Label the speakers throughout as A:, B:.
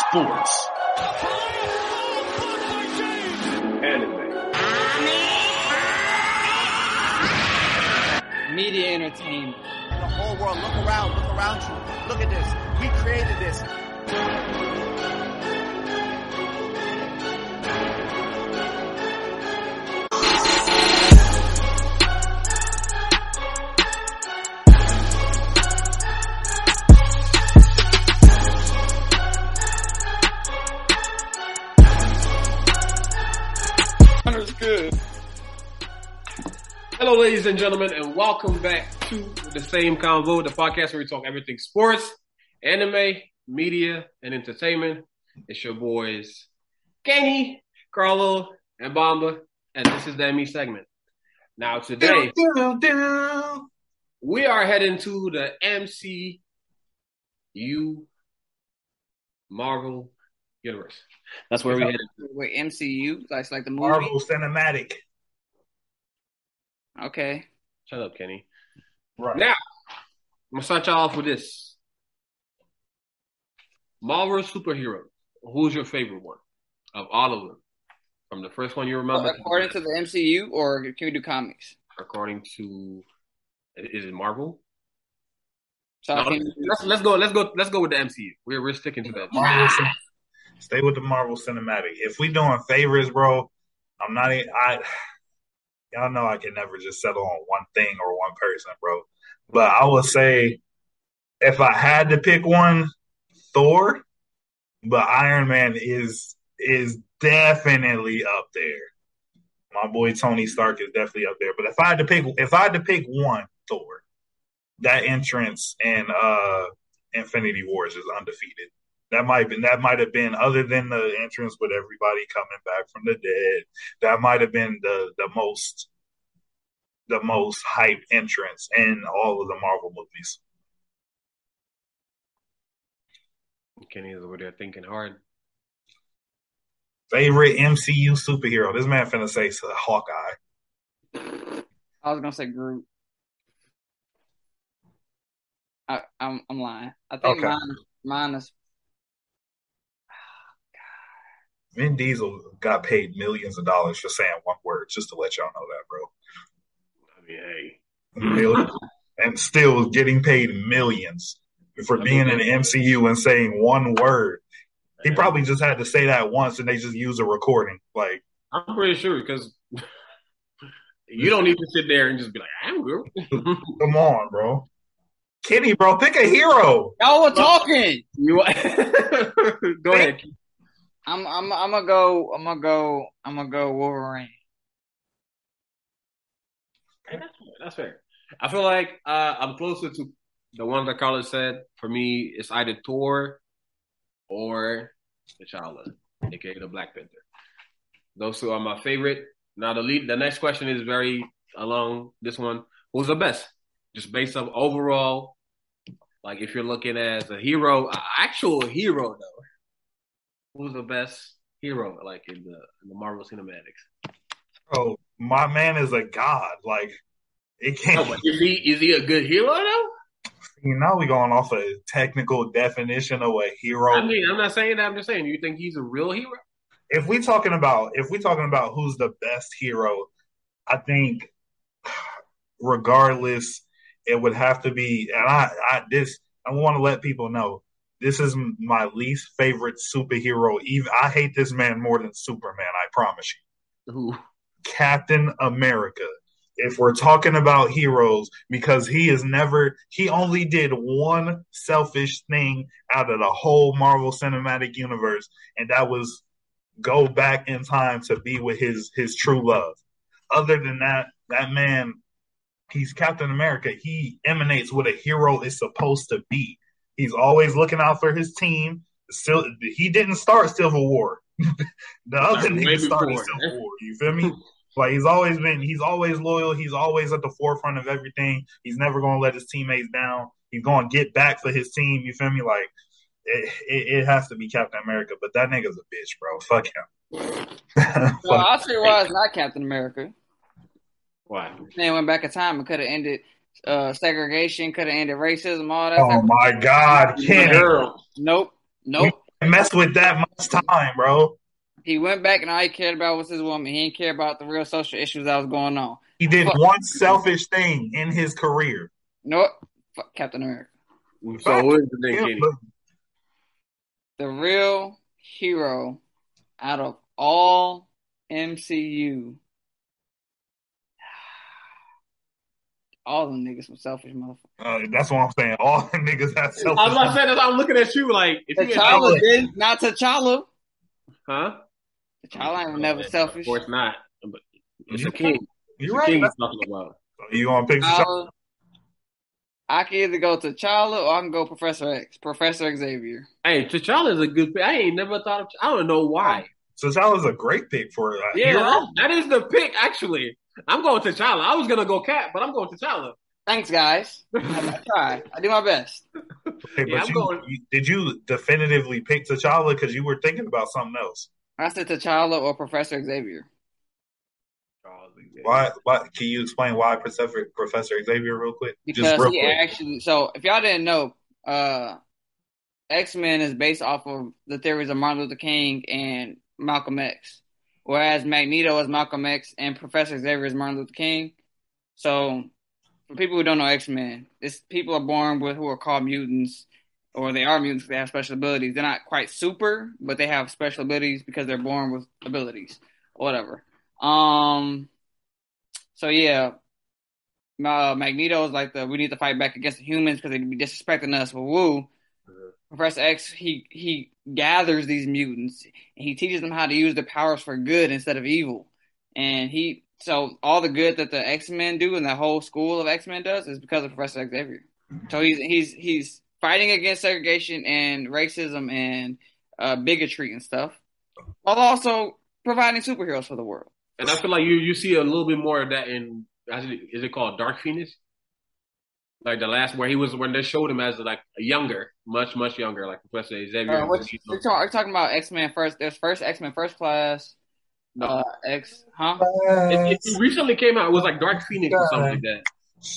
A: sports, anime,
B: media entertainment.
C: the whole world. Look around, look around you. Look at this. We created this.
A: Hunter's good. Hello, ladies and gentlemen, and welcome back to the same convo, the podcast where we talk everything sports, anime, media, and entertainment. It's your boys, Kenny, Carlo, and Bomba, and this is the ME segment. Now, today we are heading to the MCU Marvel universe. That's where we headed.
B: We're MCU, like like the movie.
D: Marvel Cinematic.
B: Okay.
A: Shut up, Kenny.
D: Right.
A: Now, I'm gonna start y'all off with this. Marvel superhero. Who's your favorite one of all of them? From the first one you remember,
B: according to the MCU, or can we do comics?
A: according to is it Marvel?
B: So I
A: No,
B: can-
A: let's, let's go. Let's go. Let's go with the MCU. We're we're sticking to that.
D: Marvel Cin- Stay with the Marvel Cinematic. If we doing favors, bro, I'm not. e- I y'all know I can never just settle on one thing or one person, bro. But I would say if I had to pick one, Thor. But Iron Man is is definitely up there. My boy Tony Stark is definitely up there. But if I had to pick, if I had to pick one, Thor. That entrance in uh, Infinity Wars is undefeated. That might been that might have been other than the entrance with everybody coming back from the dead. That might have been the the most the most hype entrance in all of the Marvel movies.
A: Kenny is over there thinking hard.
D: Favorite MCU superhero. This man finna say Hawkeye.
B: I was gonna say group. I, I'm I'm lying. I think
D: Okay.
B: mine mine is
D: Vin Diesel got paid millions of dollars for saying one word, just to let y'all know that, bro.
A: I mean, hey,
D: Million- and still was getting paid millions for being in the MCU and saying one word. He probably just had to say that once and they just use a recording. Like,
A: I'm pretty sure because you don't need to sit there and just be like, "I'm good."
D: come on, bro. Kenny, bro, pick a hero.
B: y'all were talking.
A: You go ahead. Kenny.
B: I'm I'm I'm gonna go. I'm gonna go. I'm gonna go Wolverine.
A: Hey, That's fair. That's fair. I feel like uh, I'm closer to the one that Carlos said. For me, it's either Thor or T'Challa, aka the Black Panther. Those two are my favorite. Now the lead. The next question is very along this one. Who's the best? Just based on overall, like if you're looking as a hero, a actual hero though. Who's the best hero like in the in the Marvel Cinematics?
D: Oh, my man is a god. Like, it
A: No,
D: can't.
A: but is he is he a good hero though?
D: You know, we going off a technical definition of a hero.
A: I mean, I'm not saying that. I'm just saying, you think he's a real hero?
D: if we talking about if we talking about who's the best hero, I think regardless, it would have to be. And I, I this I want to let people know this is m- my least favorite superhero. Even I hate this man more than Superman. I promise you,
A: Who?
D: Captain America. If we're talking about heroes, because he is never, he only did one selfish thing out of the whole Marvel Cinematic Universe, and that was go back in time to be with his his true love. Other than that, that man, he's Captain America. He emanates what a hero is supposed to be. He's always looking out for his team. Still, he didn't start Civil War. the other
A: Way
D: nigga started
A: before.
D: Civil War. You feel me? Like he's always been, he's always loyal. He's always at the forefront of everything. He's never going to let his teammates down. He's going to get back for his team. You feel me? Like it, it, it has to be Captain America, but that nigga's a bitch, bro. Fuck him.
B: So I'll tell you why it's not Captain America.
A: Why?
B: They went back in time and could have ended uh, segregation, could have ended racism, all that.
D: oh
B: type of-
D: my God, Kenny.
A: Girl.
B: Nope. Nope.
D: mess with that much time, bro.
B: He went back and all he cared about was his woman. He didn't care about the real social issues that was going on.
D: He did
B: Fuck.
D: one selfish thing in his career.
B: No, fuck Captain America.
A: So who is the name
D: Yeah,
A: Kenny?
D: but
B: The real hero out of all MCU. All them niggas some selfish motherfuckers.
D: Uh, that's what I'm saying. All the niggas have self.
A: I was about to say that I'm looking at you like if you
D: Tyler-
B: T'Challa did not T'Challa.
A: huh?
B: T'Challa ain't never
A: Of
B: selfish.
A: course not. But it's
D: You-
A: a king.
D: You're
A: It's a
D: right.
A: king
D: That's-
A: he's talking about.
D: You gonna
A: Uh,
D: pick T'Challa?
B: T'Challa. I can either go T'Challa or I can go Professor X. Professor Xavier.
A: Hey, T'Challa is a good pick. I ain't never thought of. I don't know why.
D: T'Challa's a great pick for. Uh,
A: Yeah,
D: you're
A: that-
D: right.
A: that is the pick. Actually, I'm going T'Challa. I was gonna go Cap, but I'm going T'Challa.
B: Thanks, guys. I try. I do my best.
D: Hey, but
A: Yeah, I'm
D: you,
A: going-
D: you- did you definitively pick T'Challa because you were thinking about something else?
B: I said T'Challa or Professor Xavier.
D: Why? Why? Can you explain why Professor Professor Xavier real quick?
B: Because
D: real
B: he actually so if y'all didn't know, uh X Men is based off of the theories of Martin Luther King and Malcolm X. Whereas Magneto is Malcolm X and Professor Xavier is Martin Luther King. So for people who don't know X Men, it's people are born with who are called mutants or they are mutants, they have special abilities. They're not quite super, but they have special abilities because they're born with abilities. Whatever. Um so yeah, uh, Magneto is like the we need to fight back against the humans because they'd be disrespecting us. Woo woo. Professor X he he gathers these mutants and he teaches them how to use their powers for good instead of evil. And he so all the good that the X Men do and the whole school of X Men does is because of Professor Xavier. So he's he's he's fighting against segregation and racism and uh, bigotry and stuff, while also providing superheroes for the world.
A: And I feel like you you see a little bit more of that in actually, is it called Dark Phoenix? Like the last where he was when they showed him as like a younger, much much younger, like Professor Xavier.
B: Uh, what you, are talking, about X Men first? There's first X Men First Class.
A: No.
B: Uh, X, huh?
A: it, it recently came out. It was like Dark Phoenix or something like that.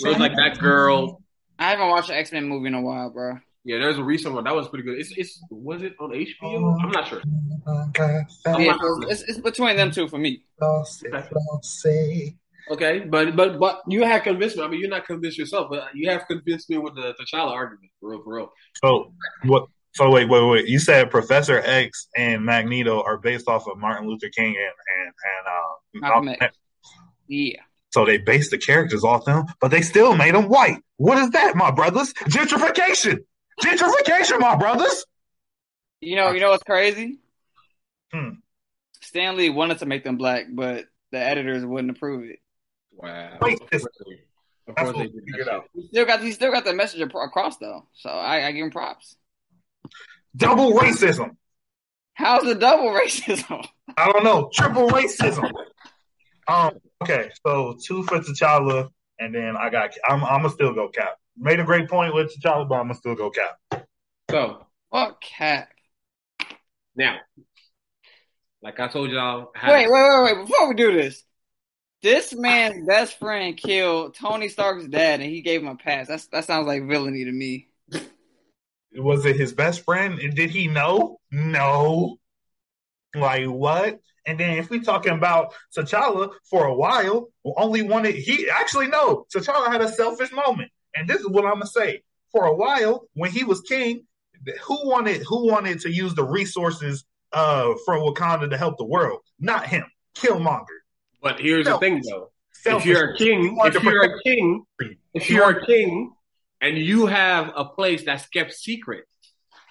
A: Where it was like that girl.
B: I haven't watched an X Men movie in a while, bro.
A: Yeah, there's a recent one that was pretty good. It's it's was it on
D: Um,
A: HBO? I'm not sure.
B: Yeah,
A: I'm not-
B: so it's, it's between them two for me.
A: Okay, but but but you have convinced me. I mean, you're not convinced yourself, but you have convinced me with the T'Challa argument, for real, for real.
D: So what? So wait, wait, wait. You said Professor X and Magneto are based off of Martin Luther King and and and uh,
B: Malcolm X. Yeah,
D: So they based the characters off them, but they still made them white. What is that, my brothers? Gentrification. Gentrification, my brothers.
B: you know, you know what's crazy?
D: Hmm.
B: Stanley wanted to make them black, but the editors wouldn't approve it.
A: Wow.
D: Wait,
A: Of course they- of
D: That's what
A: course they did
D: we
A: that
D: figured
A: shit.
D: out.
B: He still got he still got the message ap- across though, so I, I give him props.
D: Double racism.
B: How's the double racism?
D: I don't know. Triple racism. um. Okay. So two for T'Challa, and then I got. I'm. I'm gonna still go Cap. Made a great point with T'Challa, but I'm gonna still go Cap.
A: So
B: Fuck cap.
A: now, like I told y'all, I
B: Wait,
A: haven't-
B: wait, wait, wait! Before we do this, this man's best friend killed Tony Stark's dad, and he gave him a pass. That's that sounds like villainy to me.
D: Was it his best friend? And Did he know? No. Like what? And then if we talking about T'Challa for a while, only wanted he actually no. T'Challa had a selfish moment, and this is what I'm gonna say. For a while, when he was king, who wanted who wanted to use the resources uh from Wakanda to help the world? Not him. Killmonger.
A: But here's the
D: No.
A: thing, though. If
D: Selfish.
A: you're a king,
D: want
A: if
D: to
A: you're a king,
D: free.
A: if
D: You
A: you're a king, and you have a place that's kept secret,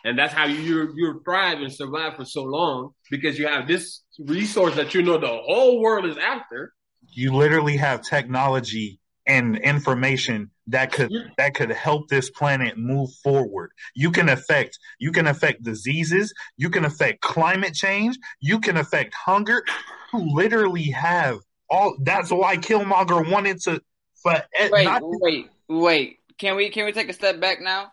A: and that's how you you thrive and survive for so long because you have this resource that you know the whole world is after.
D: you literally have technology and information that could that could help this planet move forward you can affect you can affect diseases you can affect climate change you can affect hunger you literally have all that's why killmonger wanted to for
B: Wait,
D: not-
B: wait, wait! Can we can we take a step back now?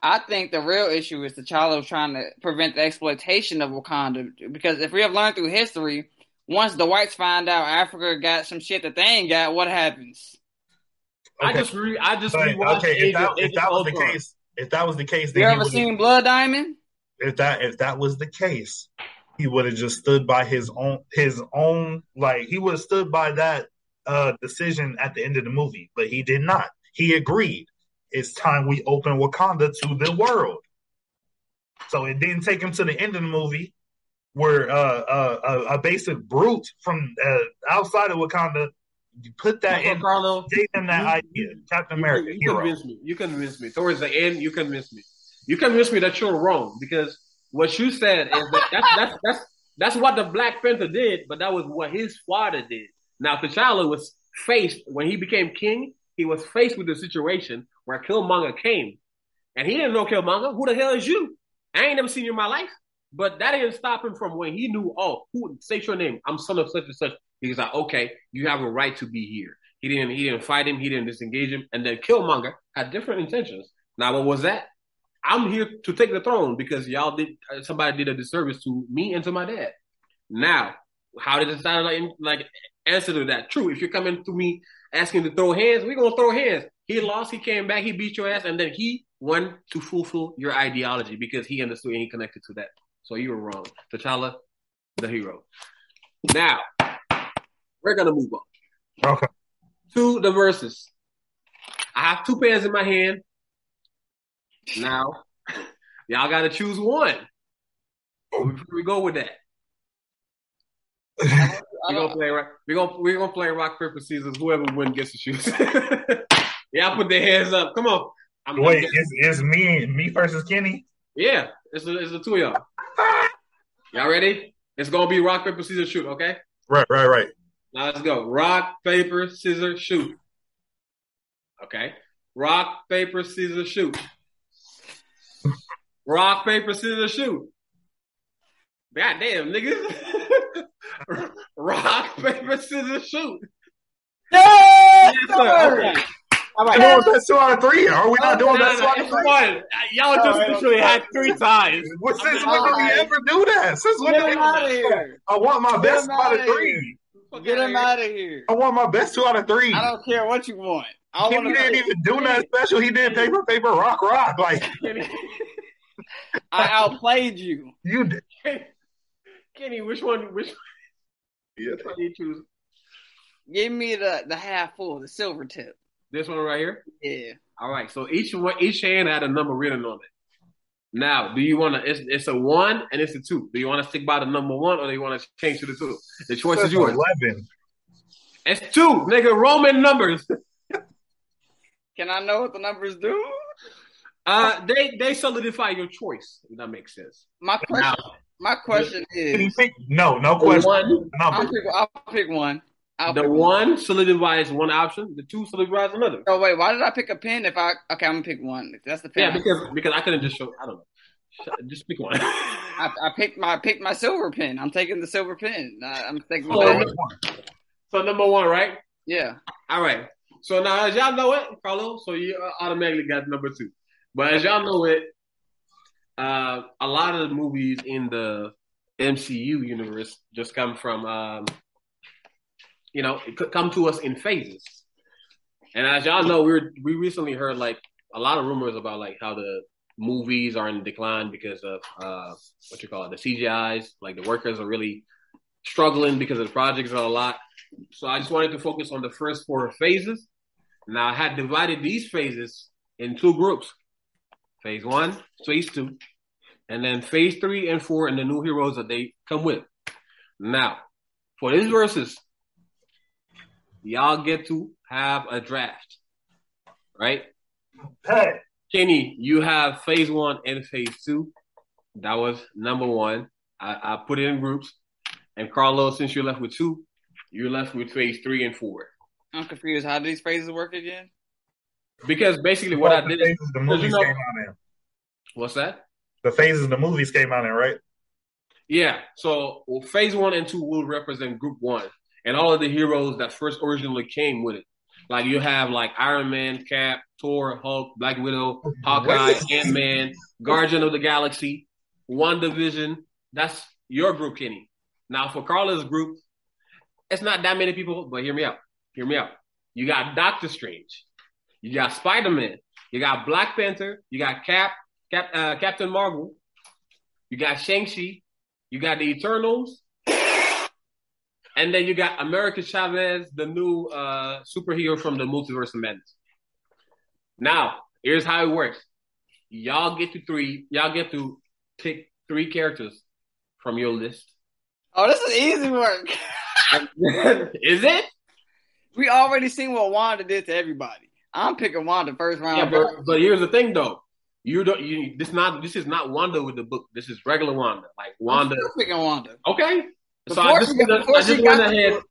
B: I think the real issue is T'Challa was trying to prevent the exploitation of Wakanda because if we have learned through history, once the whites find out Africa got some shit that they ain't got, what happens?
A: I
D: Okay.
A: just re I just
D: But,
A: rewatched
D: okay
A: Age
D: if that,
A: of- Age
D: if
A: of
D: that was the
A: Ultron.
D: case if that was the case
B: You
D: then he
B: ever
D: would've-
B: seen Blood Diamond?
D: if that if that was the case, he would have just stood by his own his own like he would have stood by that uh decision at the end of the movie, but he did not. He agreed. It's time we open Wakanda to the world. So it didn't take him to the end of the movie where uh, uh, a, a basic brute from uh, outside of Wakanda put that in,
A: Carlo,
D: gave him that idea. Captain America,
A: you, you
D: hero.
A: convinced me. You convinced me. Towards the end, you convinced me. You convinced me that you're wrong because what you said is that that's that's that's, that's what the Black Panther did, but that was what his father did. Now T'Challa was faced when he became king. He was faced with the situation where Killmonger came, and he didn't know Killmonger. Who the hell is you? I ain't never seen you in my life. But that didn't stop him from when he knew, oh, who say your name? I'm son of such and such. He was like, okay, you have a right to be here. He didn't he didn't fight him, he didn't disengage him. And then Killmonger had different intentions. Now what was that? I'm here to take the throne because y'all did uh, somebody did a disservice to me and to my dad. Now, how did it sound like like answer to that? True, if you're coming to me asking to throw hands, we're gonna throw hands. He lost, he came back, he beat your ass, and then he won to fulfill your ideology because he understood and he connected to that. So you were wrong. T'Challa, the hero. Now, we're gonna move on
D: Okay.
A: to the verses. I have two pairs in my hand. Now, y'all gotta choose one. Before we go with that,
B: I
A: we're gonna
B: don't,
A: play rock. We're gonna we're gonna play rock paper scissors. Whoever wins gets to choose. y'all put their hands up. Come on. I'm
D: Wait, it's, it's me me versus Kenny.
A: yeah, it's the, it's the two of y'all. Y'all ready? It's gonna be rock paper scissors shoot. Okay.
D: Right, right, right.
A: Now let's go. Rock, paper, scissors, shoot. Okay. Rock, paper, scissors, shoot. Rock, paper, scissors, shoot. God damn, niggas. Rock, paper, scissors, shoot.
B: yes,
A: Yes,
B: sir.
A: sir. Okay. All
D: We're
A: right.
D: doing best two out of three. Are we not
A: No,
D: doing
A: no,
D: best two
A: no,
D: out of
A: it's
D: three?
A: one. Y'all just literally had three times.
D: Well, Since when do we ever do that? Since when
B: Get
D: do
B: him
D: we
B: out of here.
D: I want my best
B: him
D: two out of
B: outta
D: three.
B: Get him out of here.
D: I want my best two out of three.
B: I don't care what you want. I want
D: Kenny didn't
B: to.
D: even do nothing special. He did paper, paper, rock, rock. Like
A: Kenny,
B: I outplayed you.
D: you did.
A: Kenny, which one? Which one do you choose?
B: Give me the the half full, the silver tip.
A: This one right here.
B: Yeah.
A: All right. So each one, each hand had a number written on it. Now, do you want to? It's, it's a one and it's a two. Do you want to stick by the number one or do you want to change to the two? The choice is yours.
D: Eleven.
A: It's two, nigga. Roman numbers.
B: Can I know what the numbers do?
A: Uh, they they solidify your choice. If that makes sense.
B: My question.
A: Now,
B: My question
D: Kenny
B: is.
D: pick- No, no
A: the
D: question.
A: one,
B: I'll
D: Number.
B: pick. I'll pick one. I'll
A: the
B: pick
A: one solidifies one option. The two solidifies another.
B: Oh wait, why did I pick a pen? If I okay, I'm gonna pick one. That's the
A: Yeah,
B: pen.
A: because because I couldn't just show. I don't know. Shut- Just pick one.
B: I, I picked my I picked my silver pen. I'm taking the silver pen. I, I'm taking.
A: Oh,
B: that.
A: no. so number one, right?
B: Yeah.
A: All right. So now, as y'all know it, Carlo, so you uh, automatically got number two. But as y'all know it, uh, a lot of the movies in the MCU universe just come from, um, you know, it could come to us in phases. And as y'all know, we were, we recently heard like a lot of rumors about like how the movies are in decline because of uh, what you call it, the CGIs. Like the workers are really struggling because the projects are a lot. So I just wanted to focus on the first four phases. Now I had divided these phases in two groups. Phase one, phase two, and then phase three and four and the new heroes that they come with. Now, for these verses, y'all get to have a draft. Right?
D: Hey,
A: Kenny, you have phase one and phase two. That was number one. I, I put it in groups. And Carlos, since you're left with two, you're left with phase three and four.
B: I'm confused. How do these phrases work again?
A: Because basically what I
D: the
A: did is
D: phases the movies
A: know-
D: came out in.
A: what's that?
D: The phases the movies came out in, right?
A: Yeah. So well, phase one and two will represent group one and all of the heroes that first originally came with it. Like you have like Iron Man, Cap, Thor, Hulk, Black Widow, Hawkeye,
D: Wait.
A: Ant Man, Guardian of the Galaxy, WandaVision. That's your group, Kenny. Now for Carla's group, it's not that many people, but hear me out. Hear me out. You got Doctor Strange, you got Spider Man, you got Black Panther, you got Cap, Cap, uh, Captain Marvel, you got Shang-Chi, you got the Eternals, and then you got America Chavez, the new uh, superhero from the Multiverse of Madness. Now, here's how it works. Y'all get to three. Y'all get to pick three characters from your list.
B: Oh, this is easy work.
A: Is it?
B: We already seen what Wanda did to everybody. I'm picking Wanda first round.
A: Yeah,
B: bro.
A: but, but here's the thing though. You don't. You this not. This is not Wanda with the book. This is regular Wanda, like
B: I'm
A: Wanda.
B: still picking Wanda.
A: Okay. So I
B: Before
A: just,
B: she got-
A: I
B: before
A: just
B: she
A: went
B: got the
A: ahead.
B: book.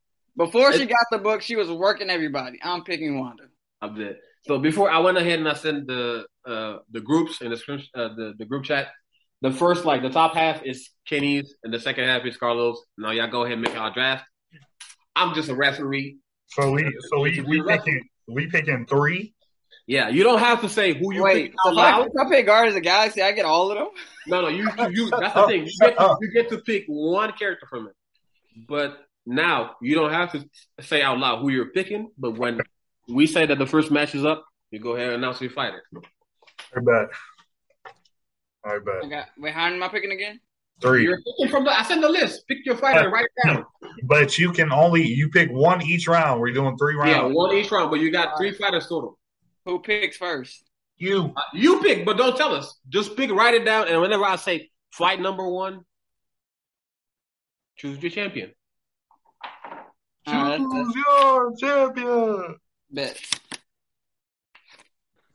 B: Before she got the book, she was working everybody. I'm picking Wanda.
A: of it. So before I went ahead and I sent the uh, the groups in the, scrim- uh, the the group chat. The first like the top half is Kenny's and the second half is Carlos. Now y'all go ahead and make our draft. I'm just a referee.
D: So we so we, we picking we picking three.
A: Yeah, you don't have to say who you
B: Wait,
A: pick
B: so
A: out
B: if I,
A: loud.
B: if I pick Guardians of the Galaxy, I get all of them.
A: No, no, you, you, you that's the thing. You get, to, you get to pick one character from it. But now you don't have to say out loud who you're picking. But when we say that the first match is up, you go ahead and announce your fighter.
D: I bet. I bet.
B: I got, wait, how am I picking again?
D: Three.
A: You're picking from the. I sent the list. Pick your fighter right now.
D: But you can only you pick one each round. We're doing three rounds.
A: Yeah, one each round, but you got three fighters total.
B: Who picks first?
D: You
A: Uh, You pick, but don't tell us. Just pick, write it down, and whenever I say fight number one, choose your champion.
B: Uh, that's, that's
D: choose your champion.
B: bet.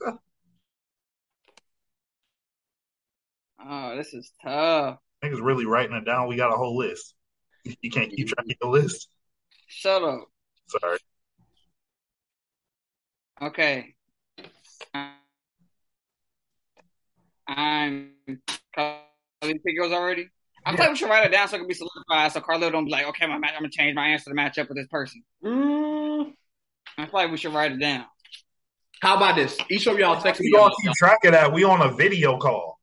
B: Oh, this is tough.
D: Niggas really writing it down. We got a whole list. You can't keep track of the list.
B: Shut up.
D: Sorry.
B: Okay. I'm. Carly pick yours already. I feel like we should write it down so it can be solidified. So Carlo don't be like, okay, my match, I'm gonna change my answer to match up with this person.
A: Mm,
B: I feel like we should write it down.
A: How about this? Each of y'all text me.
D: We don't
A: y'all-
D: keep track of that. We on a video call.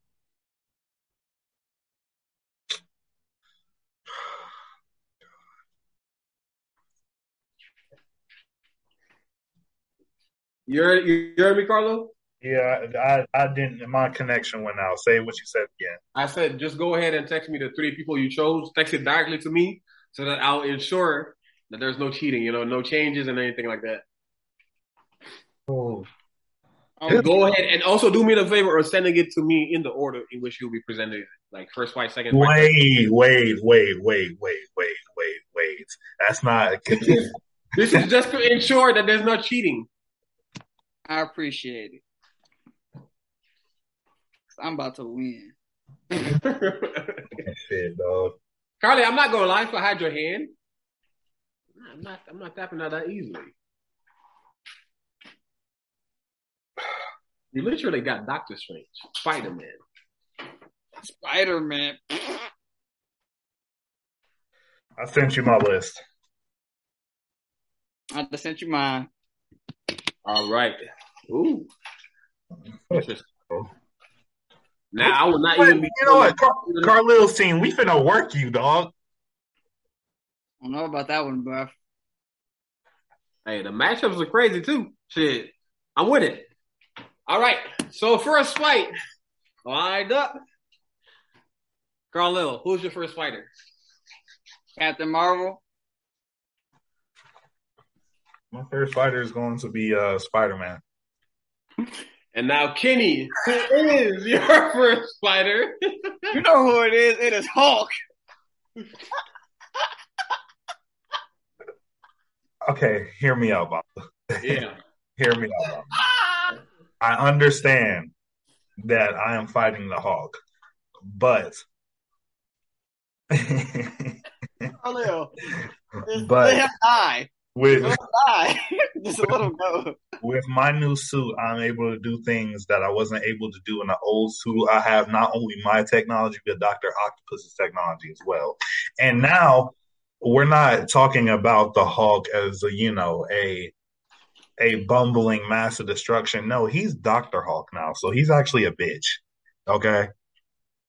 A: You heard, you heard me, Carlo?
D: Yeah, I, I didn't. My connection went out. Say what you said again.
A: I said, just go ahead and text me the three people you chose. Text it directly to me so that I'll ensure that there's no cheating, you know, no changes and anything like that.
D: Oh,
B: Oh,
A: Go ahead and also do me the favor of sending it to me in the order in which you'll be presented, like first fight, second fight.
D: wait, wait, wait, wait, wait, wait, wait, wait. That's not.
A: This is just to ensure that there's no cheating.
B: I appreciate it. I'm about to win.
A: Carly,
D: Shit, dog.
A: I'm not gonna lie, if I hide your hand, I'm not I'm not tapping out that easily. You literally got Doctor Strange, Spider Man.
B: Spider Man.
D: I sent you my list.
B: I just sent you mine.
A: All right. Ooh. Interesting. Now I will not
D: But
A: even
D: you
A: be
D: know what, Car- Carlisle's team, we finna work you, dog.
B: I don't know about that one, bruh.
A: Hey, the matchups are crazy too. Shit. I'm with it. All right. So first fight. Lined up. Carlil, who's your first fighter?
B: Captain Marvel.
D: My first fighter is going to be uh, Spider Man.
A: And now Kenny, who is your first fighter?
B: You know who it is? It is Hulk.
D: Okay, hear me out, Bob.
A: yeah.
D: Hear me out. Bob. I understand that I am fighting the Hulk, but
B: Ah, Carlil. Just
D: But-
B: let him die. Let
D: with
B: him die. Just let him go.
D: with my new suit, I'm able to do things that I wasn't able to do in the old suit. I have not only my technology, but Doctor Octopus's technology as well. And now we're not talking about the Hulk as a, you know a a bumbling mass of destruction. No, he's Doctor Hulk now, so he's actually a bitch. Okay,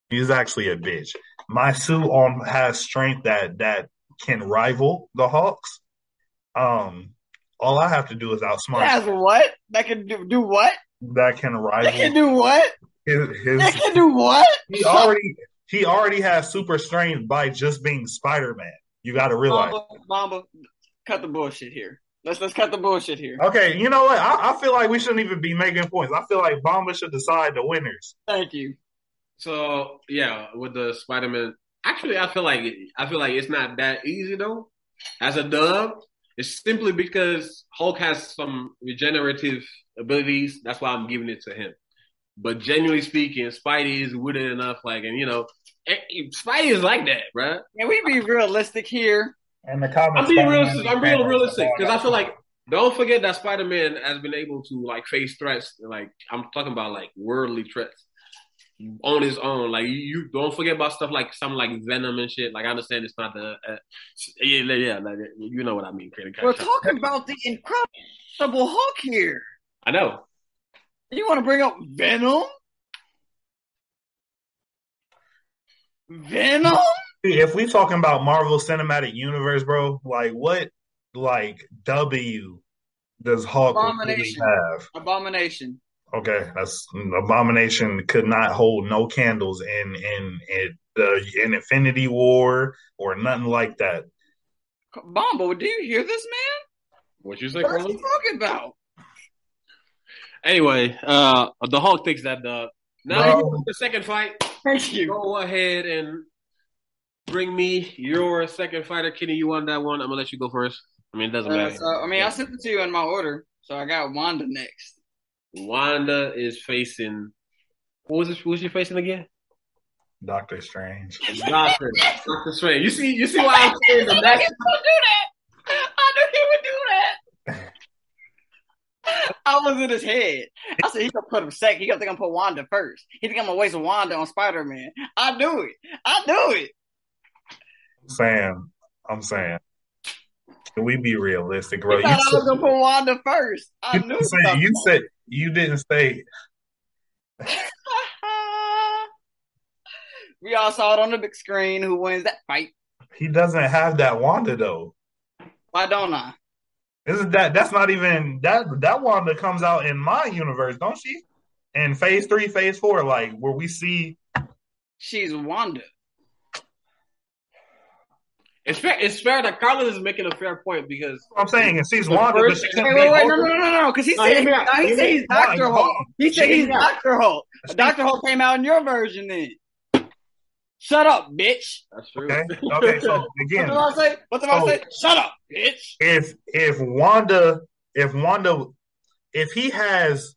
D: he's actually a bitch. My suit on has strength that that can rival the Hulk's. Um, all I have to do is outsmart.
B: That's what? That can do, do what?
D: that can
B: That can
D: rival
B: do what?
D: his, his
B: That can do what?
D: he already He already has super strength by just being Spider Man. You got to realize.
B: Mamba, Mamba, cut the bullshit here. Let's let's cut the bullshit here.
D: Okay, you know what? I, I feel like we shouldn't even be making points. I feel like Bomba should decide the winners.
B: Thank you.
A: So yeah, with the Spider Man, actually, I feel like I feel like it's not that easy though. As a dub, it's simply because Hulk has some regenerative abilities. That's why I'm giving it to him. But genuinely speaking, Spidey is wooden enough. Like, and you know, eh, eh, Spidey is like that, bruh.
B: Can we be realistic here?
D: And the comments.
A: I'm being
D: Spider-Man
A: real. I'm
D: fans
A: being
D: are
A: realistic
D: going
A: because I
D: out.
A: feel like don't forget that Spider Man has been able to like face threats. Like I'm talking about like worldly threats on his own. Like you, you don't forget about stuff like something like Venom and shit. Like I understand it's not the uh, yeah yeah, yeah like, you know what I mean. Creative
B: We're
A: concept.
B: talking about the incredible Hulk here.
A: I know.
B: You want to bring up Venom? Venom?
D: if we talking about Marvel Cinematic Universe, bro, like what, like W does Hulk really
B: Abomination.
D: have?
B: Abomination.
D: Okay, that's Abomination could not hold no candles in in in the in Infinity War or nothing like that.
B: Bombo, do you hear this man?
A: What you say,
B: What are you
A: Carlos?
B: talking about?
A: Anyway, uh, the Hulk takes that dub. Now
D: Bro.
A: you want the second fight.
B: Thank you.
A: Go ahead and bring me your second fighter, Kenny. You won that one. I'm gonna let you go first. I mean, it doesn't
B: Uh,
A: matter.
B: so, I mean, I sent it to you in my order, so I got Wanda next.
A: Wanda is facing. What was it? Who was she facing again?
D: Doctor Strange.
A: Doctor. Doctor Strange. You see, you see why I'm saying the
B: I knew he
A: next.
B: would do that. I knew he would do that. I was in his head. I said he gonna put him second. He gonna think I'm gonna put Wanda first. He think I'm gonna waste Wanda on Spider Man. I knew it. I knew it.
D: Sam, I'm saying, can we be realistic, bro?
B: He
D: You
B: thought I
D: said,
B: was gonna put Wanda first. I
D: you
B: knew
D: didn't say- you said you didn't say
B: we all saw it on the big screen. Who wins that fight?
D: he doesn't have that Wanda though.
B: Why don't I?
D: Isn't that that's not even that that Wanda comes out in my universe, don't she? In phase three, phase four, like where we see
B: She's Wanda.
A: It's fair. It's fair that Carlos is making a fair point because
D: I'm saying and sees
A: The
D: Wanda, but
A: first-
D: she
B: Wait,
D: can't
B: wait,
D: be
B: wait,
D: Hulk.
B: no, no, no, no, because he
A: No,
B: said
A: hear me out.
B: no, he
A: Hear
B: said
A: me
B: he's
D: out.
B: Doctor
D: Come
B: Hulk.
D: on.
B: He said
A: Hear
B: he's
A: me out.
B: Doctor Hulk. Doctor Hulk came out in your version then. Shut up, bitch.
A: that's true.
D: Okay. Okay, so
B: What
D: again,
B: did I say? What did I
D: So-
B: say? Shut up, bitch.
D: if if Wanda if Wanda if he has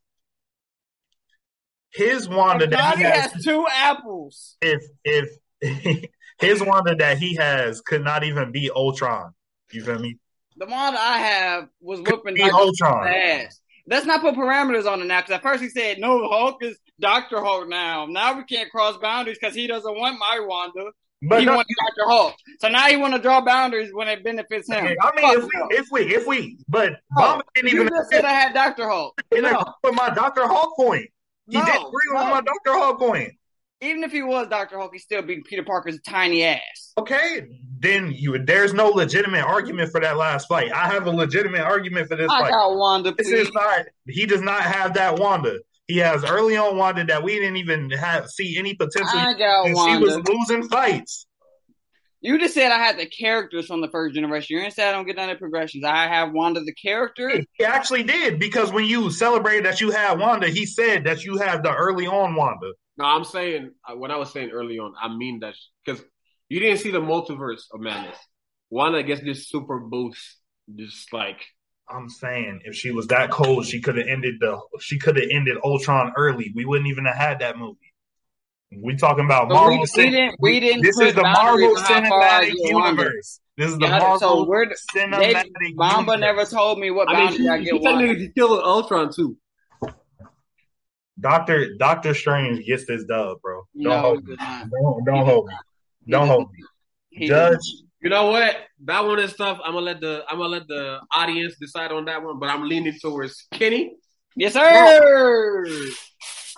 D: his Wanda that
B: Johnny
D: he has,
B: has two apples.
D: if if his Wanda that he has could not even be Ultron. You feel me?
B: The one I have was whooping
D: Be
B: Doctor
D: Ultron.
B: ass. Let's not put parameters on it now, because at first he said no, Hulk is Doctor Hulk now. Now we can't cross boundaries because he doesn't want my Wanda.
D: But
B: he
D: no,
B: wants Doctor Hulk. So now he want to draw boundaries when it benefits him.
D: I mean, if
B: Fuck
D: we,
B: no.
D: if we, if we, but
B: No,
D: Obama didn't
B: You
D: even
B: just said I had Doctor Hulk.
D: he didn't
B: No,
D: agree with my Doctor Hulk point. He didn't
B: no,
D: agree with
B: no.
D: my Doctor Hulk point.
B: Even if he was Doctor Hulk, he'd still be Peter Parker's tiny ass.
D: Okay, then you there's no legitimate argument for that last fight. I have a legitimate argument for this
B: I
D: fight.
B: got Wanda.
D: This
B: please.
D: is not. He does not have that Wanda. He has early on Wanda that we didn't even have see any potential.
B: I got
D: and she
B: Wanda.
D: was losing fights.
B: you just said I had the characters from the first generation. You didn't say I don't get none of the progressions. I have Wanda the character.
D: He actually did because when you celebrated that you had Wanda, he said that you have the early on Wanda.
A: No, I'm saying uh, what I was saying early on. I mean that because you didn't see the multiverse of madness. Wanda gets this super boost, just like
D: I'm saying if she was that cold, she could have ended the she could have ended Ultron early. We wouldn't even have had that movie. We talking about
B: But
D: Marvel.
B: we-
D: Cin-
B: we didn't- we didn't
D: This
B: put
D: is the
B: boundaries
D: Marvel
B: on how far I
D: Cinematic
B: get Wanda.
D: Universe. This is the
B: Yeah,
D: Marvel
B: so we're
D: Cinematic
B: Bamba
D: Universe.
B: never told me what
A: I mean,
B: boundary
A: she,
B: I
A: she
B: get Wanda.
A: technically killed Ultron too.
D: Doctor Doctor Strange gets this dub, bro. Don't
B: No,
D: hold
B: he
D: me.
B: did not.
D: Don't don't hold me.
B: He
D: Don't
B: did
D: hold me.
B: He
D: Judge.
A: You know what? That one is tough. I'm gonna let the I'm gonna let the audience decide on that one, but I'm leaning towards Kenny
B: Yes, sir.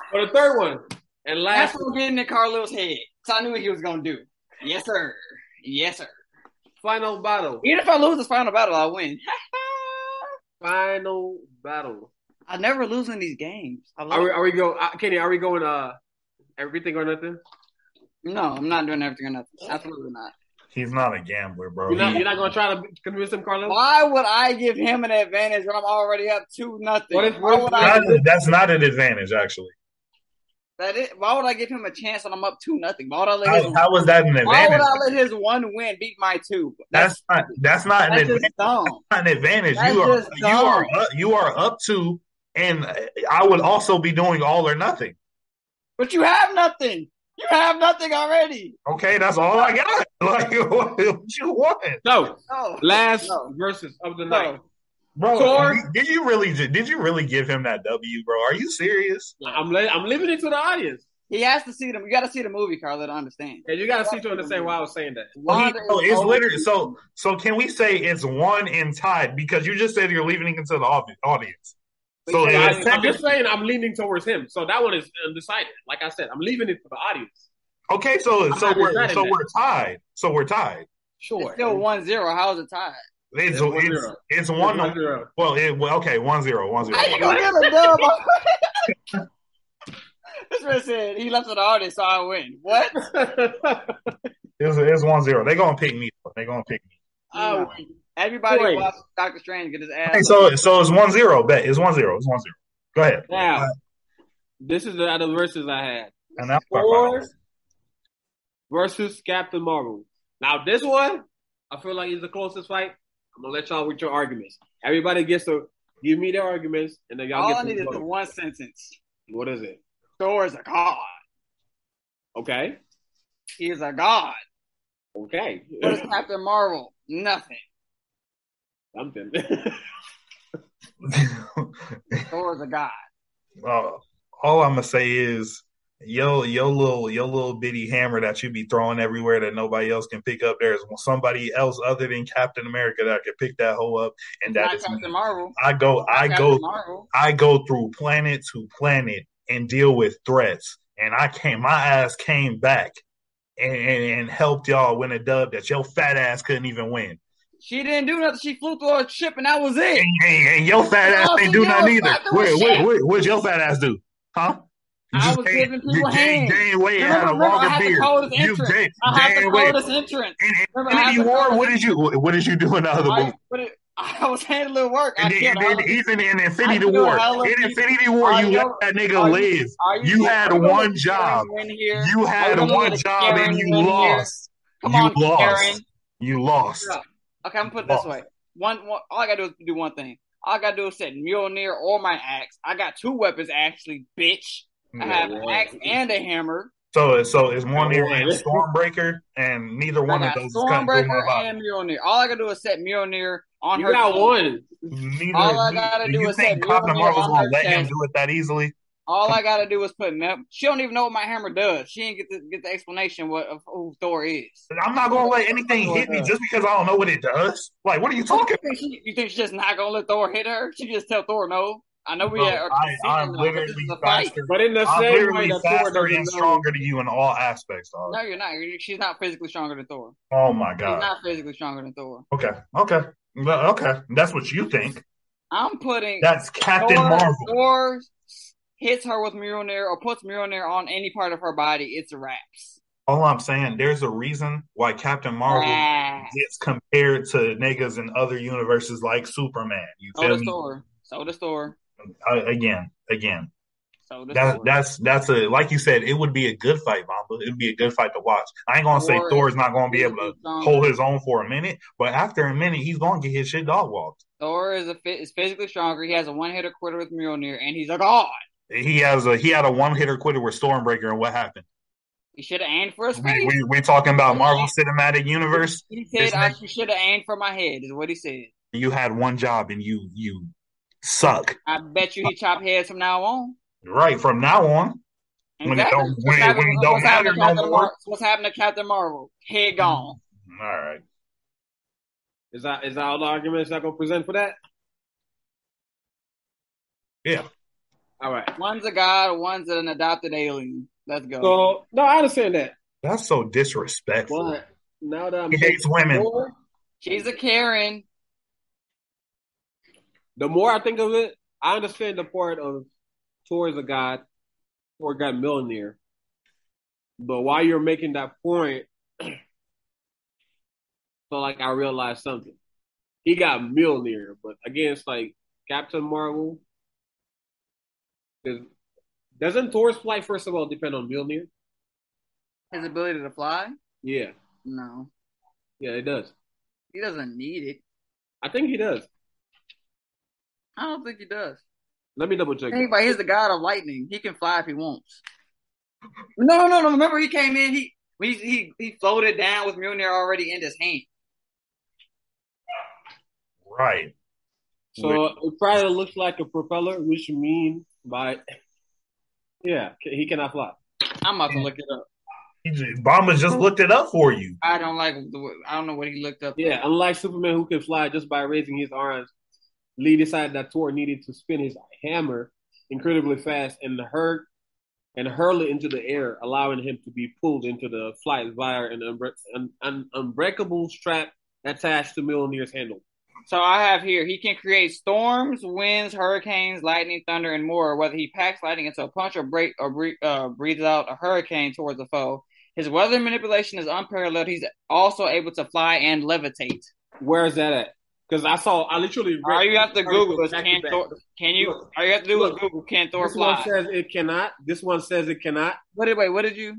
A: for the third one and
B: That's
A: last.
B: what getting in Carlos' head. So I knew what he was gonna do. Yes, sir. Yes, sir.
A: Final battle.
B: Even if I lose this final battle, I win.
A: Final battle.
B: I never lose in these games. I love
A: Are we,
B: it.
A: are we go, uh, Kenny? Are we going uh everything or nothing?
B: No, I'm not doing everything or nothing. Absolutely not.
D: He's not a gambler, bro.
A: You're not,
D: He-
A: you're not gonna try to convince him, Carlos.
B: Why would I give him an advantage when I'm already up two nothing?
A: What if-
B: why
A: what if-
B: would I?
D: That- that's not an advantage, actually.
B: That is, why would I give him a chance when I'm up two nothing? Why would I let his,
D: How, how is that an
B: why would
D: advantage?
B: I let his one win beat my two?
D: That's not. That's not an
B: that's
D: advantage.
B: just dumb.
D: not an advantage.
B: That's
D: You are
B: just
D: you are
B: dumb.
D: up, you are up to, and I would also be doing all or nothing.
B: But you have nothing. You have nothing already.
D: Okay, that's all I got. Like what, what you want,
A: So
B: No,
A: last
B: No.
A: verses of the night.
D: bro?
B: no.
A: Tor-
D: Did you really did you really give him that W, bro? Are you serious?
A: I'm li- I'm leaving it to the audience,
B: He has to see them. You got to see the movie, Carla, to understand.
A: and you gotta see to understand why I was saying that.
B: Wanda
D: So Oh,
B: is
D: it's
B: always-
D: literally so. So can we say it's one and tied because you just said you're leaving it to the au- audience? So
A: So I,
D: it's
A: am
D: second,
A: just saying I'm leaning towards him. So that one is undecided. Like I said, I'm leaving it to the audience.
D: okay, so
A: I'm
D: so
A: not
D: we're
A: deciding
D: so
A: that.
D: we're tied. So we're tied.
A: Sure.
B: It's still 1 0. How is it tied?
D: It's
A: It's one
D: it's
A: zero.
D: it's one.
A: One zero.
D: Well, it, well, okay, one zero, one zero.
B: I ain't gonna give a dumb. this man said he left with the audience, so I win. What?
D: It's, it's one zero. They gonna pick me. They gonna pick me.
A: I
B: No. Everybody
A: Wait.
B: watch Doctor Strange get his ass.
D: Hey,
B: up.
D: so so it's one zero. Bet it's one zero. It's one zero. Go ahead.
A: Now, this is the other verses I had.
D: And that's my
A: Thor
D: final.
A: versus Captain Marvel. Now, this one, I feel like is the closest fight. I'm gonna let y'all with your arguments. Everybody gets to give me their arguments, and then y'all
B: All
A: get
B: I
A: to
B: need is
A: vote.
B: the one sentence.
A: What is it?
B: Thor is a god.
A: Okay,
B: He is a god.
A: okay,
B: What is Captain Marvel? Nothing.
A: something.
B: Thor is a god.
D: Uh, all I'm gonna say is yo yo little yo little bitty hammer that you be throwing everywhere that nobody else can pick up. There's somebody else other than Captain America that can pick that hoe up, and
B: Not
D: that is
B: Captain Marvel.
D: I go I
B: Captain
D: go
B: Marvel.
D: I go through planet to planet and deal with threats. And I came, my ass came back and, and, and helped y'all win a dub that your fat ass couldn't even win.
B: She didn't do nothing. She flew through a ship, and that was it.
D: And, and, and your fat ass
B: Y'all
D: ain't
B: think
D: do
B: y'all
D: nothing either.
B: fat doing
D: What, what,
B: shit?
D: what, what'd your fat ass do? Huh? You
B: I
D: just
B: was
D: gained-
B: giving people
D: you gained-
B: hands.
D: gained weight and
B: Remember,
D: had a
B: remember, I
D: longer
B: had the
D: beard.
B: coldest
D: You
B: entrance.
D: gained-
B: I had the
D: gained weight.
B: coldest entrance.
D: And
B: Remember, I had
D: Infinity
B: the
D: War,
B: coldest
D: what did you what did you do in the other
B: I,
D: movie?
B: but it, I was handling work. I
D: And then,
B: killed
D: and then
B: all-
D: even in Infinity
B: killed
D: War,
B: hella
D: in
B: people.
D: Infinity War,
B: Are
D: you
B: you-
D: let that
B: are
D: nigga
B: you-
D: live.
B: Are
D: You
B: are
D: had
B: gonna let
D: one
B: Karen
D: job.
B: Win here?
D: You
B: Are
D: had
B: gonna
D: one
B: let
D: job
B: Karen
D: and you
B: win here?
D: lost.
B: Come
D: You
B: on,
D: lost.
B: Karen.
D: You lost.
B: Yeah. Okay, I'm gonna put it this way. One, one, all I gotta do is do one thing. All I gotta do is set Mjolnir or my axe. I got two weapons actually, bitch. I have an
A: Yeah.
B: axe and a hammer.
D: So so it's one
A: Yeah.
D: there and Stormbreaker, and neither
B: I
D: one of
B: got
D: those is cutting through my
B: Stormbreaker
D: body.
B: and Mjolnir. All I gotta do is set Mjolnir on
A: you
B: her.
A: got
B: team.
A: one.
D: Neither,
B: All I gotta do
D: you
B: is
D: think
B: set
D: Captain
B: Mjolnir
D: Marvel's
B: on
D: gonna
B: her
D: let him
B: chest.
D: do it that easily?
B: All I gotta do is put. Mel- she don't even know what my hammer does. She didn't get the, get the explanation what of who Thor is.
D: I'm not gonna let anything hit me just because I don't know what it does. Like, what are you talking?
B: You think, she, you think she's just not gonna let Thor hit her? She just tell Thor no. I know we
D: Bro,
B: are.
D: I, I'm
B: conceding now, but
D: literally
B: this is a fight.
D: faster.
A: But in the
D: I'm
A: same way
D: literally
A: that Thor
D: faster and
A: doesn't know,
D: stronger than you in all aspects, dog.
B: No, you're not. You're- She's not physically stronger than Thor.
D: Oh my
B: She's
D: god.
B: not physically stronger than Thor.
D: Okay. Okay. Well, Okay. That's what you think.
B: I'm putting
D: That's Captain
B: Thor,
D: Marvel.
B: Thor hits her with Mjolnir or puts Mjolnir on any part of her body. It's wraps.
D: All I'm saying, there's a reason why Captain Marvel
B: Wraps.
D: gets compared to niggas in other universes like Superman. You
B: So
D: feel
B: does
D: me?
B: Thor. So does Thor.
D: Uh, again, again.
B: So does
D: That,
B: Thor.
D: that's that's a like you said, it would be a good fight, Mamba. It'd be a good fight to watch. I ain't gonna say
B: Thor
D: Thor's
B: is
D: not gonna be um, able to
B: physically stronger.
D: hold his own for a minute, but after a minute, he's gonna get his shit dog walked.
B: Thor is a fit, is physically stronger. He has a one hitter quarter with Mjolnir, and he's a god.
D: He has a he had a one hitter quitter with Stormbreaker, and what happened?
B: He should have aimed for his
D: We,
B: face.
D: we we talking about Marvel Cinematic Universe.
B: He
D: this
B: said I should have aimed for my head. Is what he said.
D: You had one job and you you suck.
B: I bet you he chop heads from now on.
D: Right from now on, When it don't-
B: What's
D: when it- when
B: happening-
D: it don't
B: what's happening
D: matter no more.
B: to Captain
D: Mm-hmm.
B: Mar- What's happening to Captain Marvel? Head gone.
D: all right.
A: is that is that all the arguments y'all gonna present for that?
D: Yeah.
A: All right.
B: One's a god, one's an adopted alien. Let's go.
A: So no, I understand that.
D: That's so disrespectful.
A: But now that I'm
D: He hates women.
A: Thor,
B: She's a Karen.
A: the more I think of it, I understand the part of Thor is a god, Thor got millionaire. But while you're making that point, so like I realized something. He got Mjolnir, but against like Captain Marvel, 'cause- doesn't Thor's flight first of all depend on Mjolnir?
B: His ability to fly?
A: Yeah,
B: No,
A: yeah, it does.
B: he doesn't need it.
A: I think he does.
B: I don't think he does.
A: Let me double check.
B: Think about it, he's the god of lightning. He can fly if he wants. No, no, no. Remember, he came in. He he he, he floated down with Mjolnir already in his hand.
D: Right.
A: So it probably looks like a propeller, which mean by yeah, he cannot fly.
B: I'm about to look it up.
D: He just, Obama just looked it up for you.
B: I don't like. The, way- I don't know what he looked up.
A: Yeah, unlike Superman who can fly just by raising his arms, Lee decided that Thor needed to spin his hammer incredibly fast and hurt and hurl it into the air, allowing him to be pulled into the flight via an, unbre- an, an unbreakable strap attached to Mjolnir's handle.
B: So I have here. He can create storms, winds, hurricanes, lightning, thunder, and more. Whether he packs lightning into a punch or break or bre- uh, breathes out a hurricane towards a foe. His weather manipulation is unparalleled. He's also able to fly and levitate.
A: Where is that at? Because I saw, I literally read.
B: All you have to Google is
A: Back to
B: can
A: back.
B: Thor? Can you?
A: Look.
B: all you have to do
A: Look.
B: is Google can Thor
A: This
B: fly.
A: one says it cannot. This one says it cannot.
B: What did wait? What did you?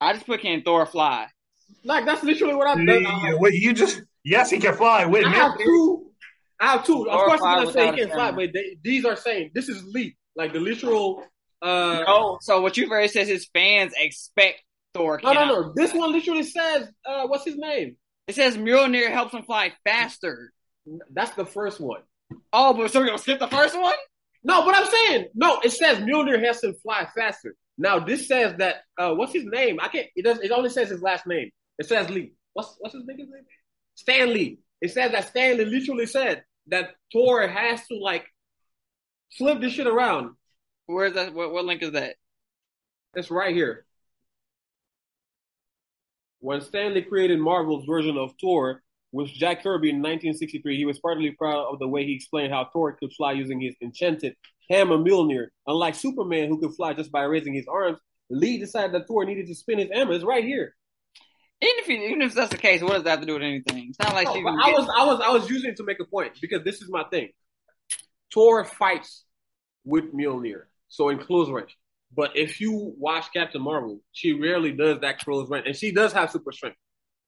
B: I just put can Thor fly.
A: Like that's literally what I
D: You-
A: done.
D: you- What you just? Yes, he can fly. Wait a
A: I have
D: minute.
A: two. I have two. Of
B: Or
A: course,
B: fly
A: I'm not saying
B: without
A: he can
B: a
A: fly,
B: camera.
A: but they, these are saying this is Lee, like the literal. Uh,
B: Oh, so what you very says his fans expect Thor.
A: no, no,
B: cannot
A: no. This
B: fly.
A: one literally says, uh, "What's his name?"
B: It says Mjolnir helps him fly faster.
A: That's the first one.
B: Oh, but so we're gonna skip the first one?
A: No, but I'm saying no. It says Mjolnir has to fly faster. Now this says that uh, what's his name? I can't. It does. It only says his last name. It says Lee. What's what's his nigga's name? Stanley. It says that Stanley literally said that Thor has to like flip this shit around.
B: Where's that? What, what link is that?
A: It's right here. When Stanley created Marvel's version of Thor with Jack Kirby in 1963, he was partly proud of the way he explained how Thor could fly using his enchanted hammer Mjolnir. Unlike Superman, who could fly just by raising his arms, Lee decided that Thor needed to spin his hammer. It's right here.
B: Even if you, even if that's the case, what does that have to do with anything? It's not like
A: No,
B: you.
A: Oh, but
B: can
A: I
B: get-
A: was I was I was using it to make a point because this is my thing. Thor fights with Mjolnir, so in close range. But if you watch Captain Marvel, she rarely does that close range, and she does have super strength.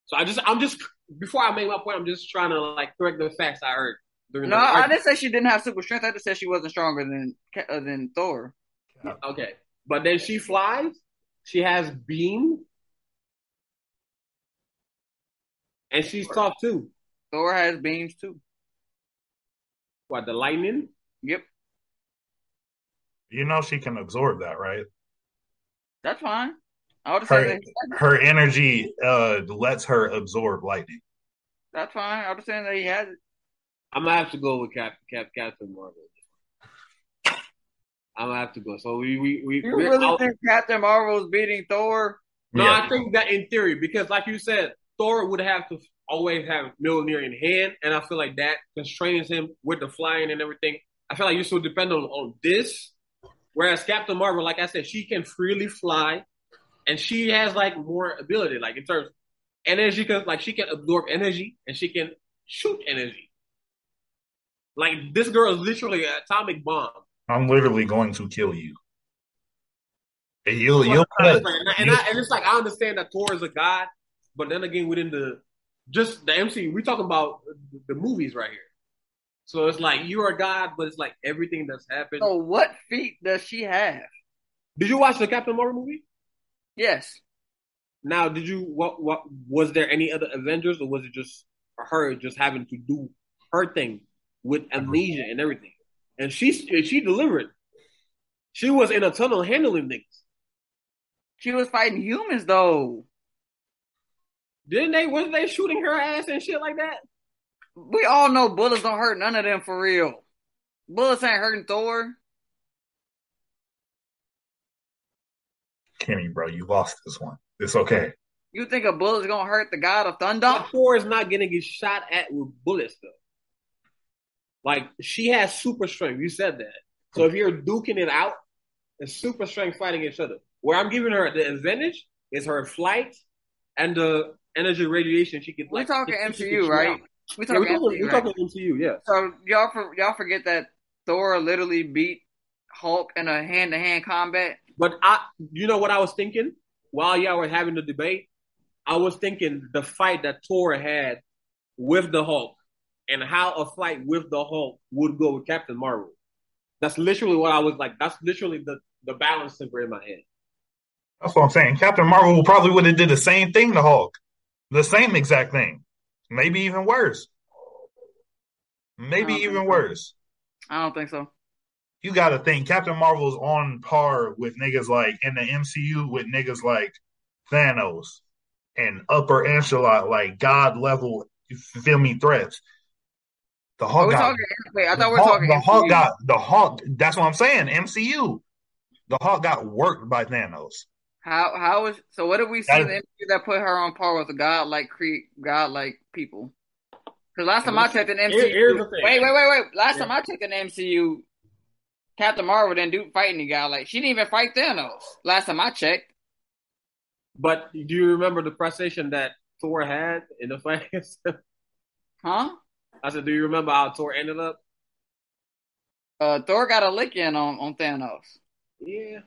A: So I just I'm just before I make my point, I'm just trying to like correct the facts I heard. During
B: no,
A: the
B: I
A: argument.
B: didn't say she didn't have super strength. I just said she wasn't stronger than Ca- uh, than Thor.
A: okay, but then she flies. She has beam, and she's tough too.
B: Thor has beams too.
A: What the lightning?
B: Yep,
D: You know she can absorb that, right?
B: that's fine. I would have
D: Her-
B: said that,
D: Her energy uh, lets her absorb lightning.
B: that's fine. I would have said that he has it.
A: I'm gonna have to go with Cap, Cap, Captain Marvel. I'm gonna have to go. So we we we.
B: You
A: we-
B: really
A: I'll-
B: think Captain Marvel's beating Thor?
A: no,
D: Yeah.
A: I think that in theory, because like you said, Thor would have to always have Mjolnir in hand, and I feel like that constrains him with the flying and everything. I feel like you still depend on on this, whereas Captain Marvel, like I said, she can freely fly, and she has like more ability, like in terms of energy, because like she can absorb energy and she can shoot energy. Like this girl is literally an atomic bomb.
D: I'm literally going to kill you. And You'll,
A: That's
D: you'll
A: what I'm trying to say. and, I,
D: you-
A: and it's like I understand that Thor is a god, but then again, within the just the MCU, we're talking about the movies right here. So it's like you're a god, but it's like everything that's happened.
B: So what feat does she have?
A: Did you watch the Captain Marvel movie?
B: Yes,
A: Now, did you what what was there any other Avengers, or was it just her just having to do her thing with amnesia and everything? And she she delivered. She was in a tunnel handling things.
B: she was fighting humans though.
A: Didn't they? Wasn't they shooting her ass and shit like that?
B: We all know bullets don't hurt none of them for real. Bullets ain't hurting Thor.
D: Kenny, bro, you lost this one. It's okay.
B: You think a bullet's gonna hurt the god of thunder?
A: Top four is not gonna get shot at with bullets though. Like she has super strength. You said that. So if you're duking it out, it's super strength fighting each other. Where I'm giving her the advantage is her flight and the energy radiation she could.
B: We're
A: like,
B: talking
A: she could
B: MCU,
A: shoot
B: right?
A: out.
B: We're
A: Yeah,
B: talking MCU,
A: we're talking, we're
B: right?
A: talking MCU, yeah.
B: So y'all for, y'all forget that Thor literally beat Hulk in a hand to hand combat.
A: But I, you know what I was thinking while y'all were having the debate? I was thinking the fight that Thor had with the Hulk and how a fight with the Hulk would go with Captain Marvel. That's literally what I was like. That's literally the, the balance figure in my head.
D: That's what I'm saying. Captain Marvel probably would have did the same thing to Hulk, the same exact thing, maybe even worse, maybe
B: I don't
D: even
B: think so.
D: worse.
B: I don't think so.
D: You got to think Captain Marvel's on par with niggas like in the MCU with niggas like Thanos and upper echelon, like god level. You feel me? Threats. The
B: Are
D: Hulk
B: we
D: got
B: talking? Wait, I thought we
D: the
B: were
D: Hulk-
B: talking.
D: the Hulk
B: MCU.
D: got the Hulk. That's what I'm saying. MCU. The Hulk got worked by Thanos.
B: How how is so? What did we see
D: That
B: in the MCU that put her on par with the godlike cre- godlike people? Because last time I checked in the
A: Here-
B: MCU,
A: here's the thing.
B: wait wait wait wait. Last
A: Yeah.
B: time I checked in the MCU, Captain Marvel didn't do fight any guy like she didn't even fight Thanos. Last time I checked,
A: But do you remember the prestation that Thor had in the fight?
B: huh?
A: I said, do you remember how Thor ended up?
B: Uh, Thor got a lick in on on Thanos.
A: Yeah.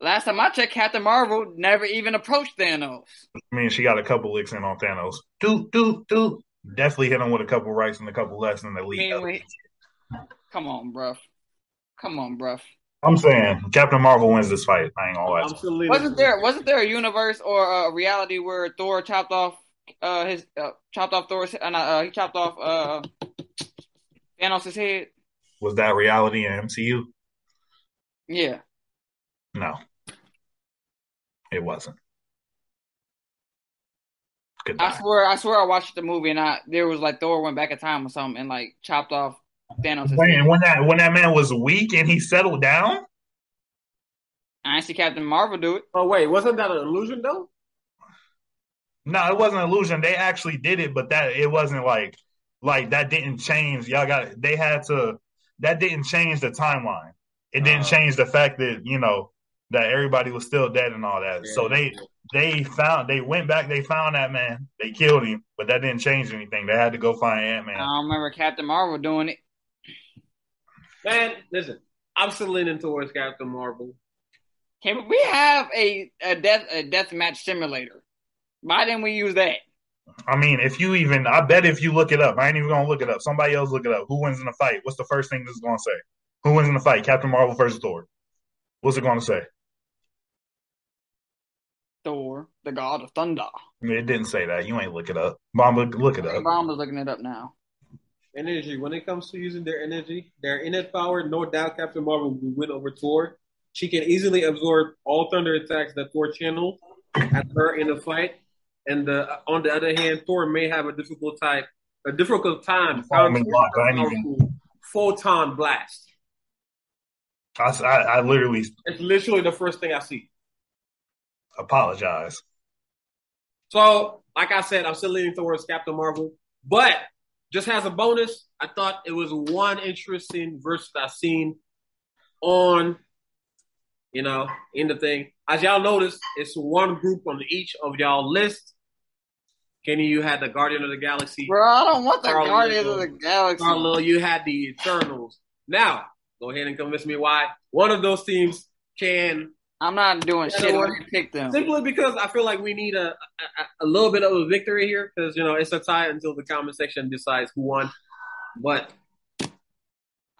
B: Last time I checked, Captain Marvel never even approached Thanos.
D: I mean, she got a couple licks in on Thanos. Do do do. Definitely hit him with a couple rights and a couple lefts in the
B: I
D: league.
B: mean, wait. Come on, bruv. Come on, bruv.
D: I'm saying Captain Marvel wins this fight. I ain't gonna lie.
A: I'm still leaning-
B: Wasn't there wasn't there a universe or a reality where Thor chopped off uh his uh, chopped off Thor's uh, not, uh, he chopped off uh Thanos' head?
D: Was that reality in MCU?
B: Yeah.
D: No, it wasn't. Good
B: I
D: night.
B: swear I swear I watched the movie and I there was like Thor went back in time or something and like chopped off Thanos' head.
D: Man, when that when that man was weak and he settled down,
B: I ain't see Captain Marvel do it.
A: Oh, wait. Wasn't that an illusion, though?
D: no, it wasn't illusion. They actually did it, but that it wasn't like like that didn't change. Y'all got they had to that didn't change the timeline. It didn't
A: Uh.
D: change the fact that you know that everybody was still dead and all that. So they they found they went back. They found that man. They killed him, but that didn't change anything. They had to go find Ant
B: I
D: Man.
B: don't remember Captain Marvel doing it.
A: Man, listen, I'm still leaning towards Captain Marvel.
B: Can we have a, a death a death match simulator? Why didn't we use that?
D: I mean, if you even, I bet if you look it up, I ain't even gonna look it up. Somebody else look it up. Who wins in the fight? What's the first thing this is gonna say? Who wins in the fight? Captain Marvel versus Thor. What's it gonna say?
B: Thor, the God of Thunder.
D: I mean, it didn't say that. You ain't look it up. Bomb, look, look it up.
B: Mom was looking it up now.
A: Energy. When it comes to using their energy, their innate power, no doubt Captain Marvel will win over Thor. She can easily absorb all thunder attacks that Thor channels at her in the fight. And the, on the other hand, Thor may have a difficult type, a difficult time
D: Follow me,
A: countering
D: Block. I
A: her
D: ain't even-
A: powerful photon blast.
D: I, s- I- I literally
A: It's literally the first thing I see.
D: apologize.
A: So, like I said, I'm still leaning towards Captain Marvel, but just as a bonus, I thought it was one interesting verse that I seen on, you know, in the thing. As y'all notice, it's one group on each of y'all list. Kenny, you had the Guardian of the Galaxy.
B: Bro, I don't want the
A: Carl
B: Guardians of
A: Lewis.
B: the Galaxy.
A: Carlo, you had the Eternals. Now, go ahead and convince me why one of those teams can
B: I'm not doing
A: Yeah,
B: shit.
A: the
B: I
A: one-
B: didn't pick them.
A: Simply because I feel like we need a a, a little bit of a victory here because you know it's a tie until the comment section decides who won. But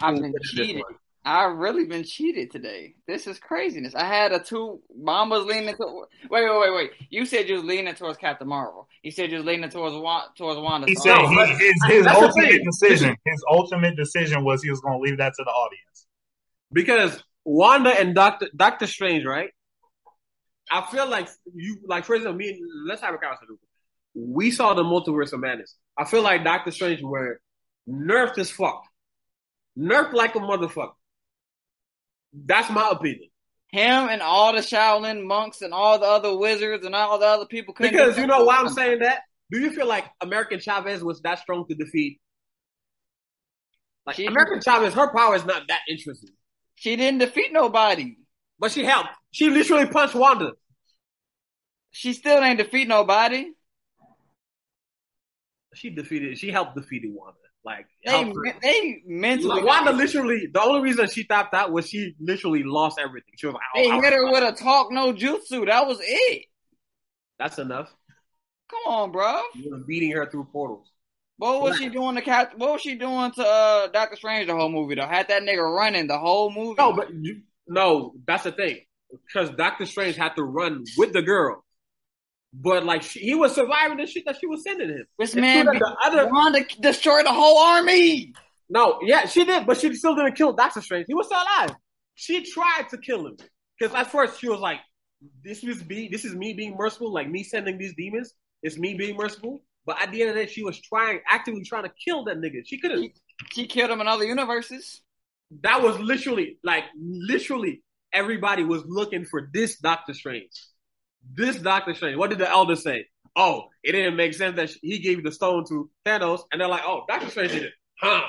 B: I've been
A: This one.
B: cheated. I've really been cheated today. This is craziness. I had a two. Mom was leaning to. Wait, wait, wait, wait. You said you was leaning towards Captain Marvel. You said you was leaning towards Wa- towards Wanda.
D: He
B: So-
D: said
A: No,
D: he,
A: but-
D: his, his
A: that's the
D: ultimate
A: thing.
D: decision. His ultimate decision was he was gonna leave that to the audience.
A: because Wanda and Doctor Doctor Strange, right? I feel like you like for example, me. and- Let's have a conversation. We saw the multiverse of madness. I feel like Doctor Strange were nerfed as fuck, nerfed like a motherfucker. That's my opinion.
B: him and all the Shaolin monks and all the other wizards and all the other people couldn't. do
A: Because you know why I'm
B: nothing.
A: saying that. Do you feel like American Chavez was that strong to defeat? Like
B: She-
A: American Chavez, her power is not that interesting.
B: She didn't defeat nobody.
A: but she helped. She literally punched Wanda.
B: She still ain't defeat nobody.
A: She defeated. She helped defeating Wanda. Like,
B: They
A: helped her.
B: they mentally
A: Like, Wanda literally. The only reason she tapped out was she literally lost everything. She was like,
B: they
A: "Oh, I-
B: hit her with a talk no jutsu. That was it.
A: "That's enough."
B: Come on, bro.
A: You were beating her through portals.
B: What was she doing to Cap? What was she doing to uh, Doctor Strange the whole movie though? Had that nigga running the whole movie.
A: No, but you, no, that's the thing. Because Doctor Strange had to run with the girl, but like she, he was surviving the shit that she was sending him.
B: this
A: It's
B: man
A: true that the other-
B: Wanda destroyed the whole army.
A: No, yeah, she did, but she still didn't kill Doctor Strange. He was still alive. She tried to kill him because at first she was like, "This is be this is me being merciful, like me sending these demons. It's me being merciful." But at the end of the day, she was trying, actively trying to kill that nigga. She couldn't.
B: She killed him in other universes.
A: That was literally, like, literally, everybody was looking for this Doctor Strange. This Doctor Strange. What did the elder say? Oh, it didn't make sense that he gave the stone to Thanos, and they're like, "Oh, Doctor Strange did it, huh?"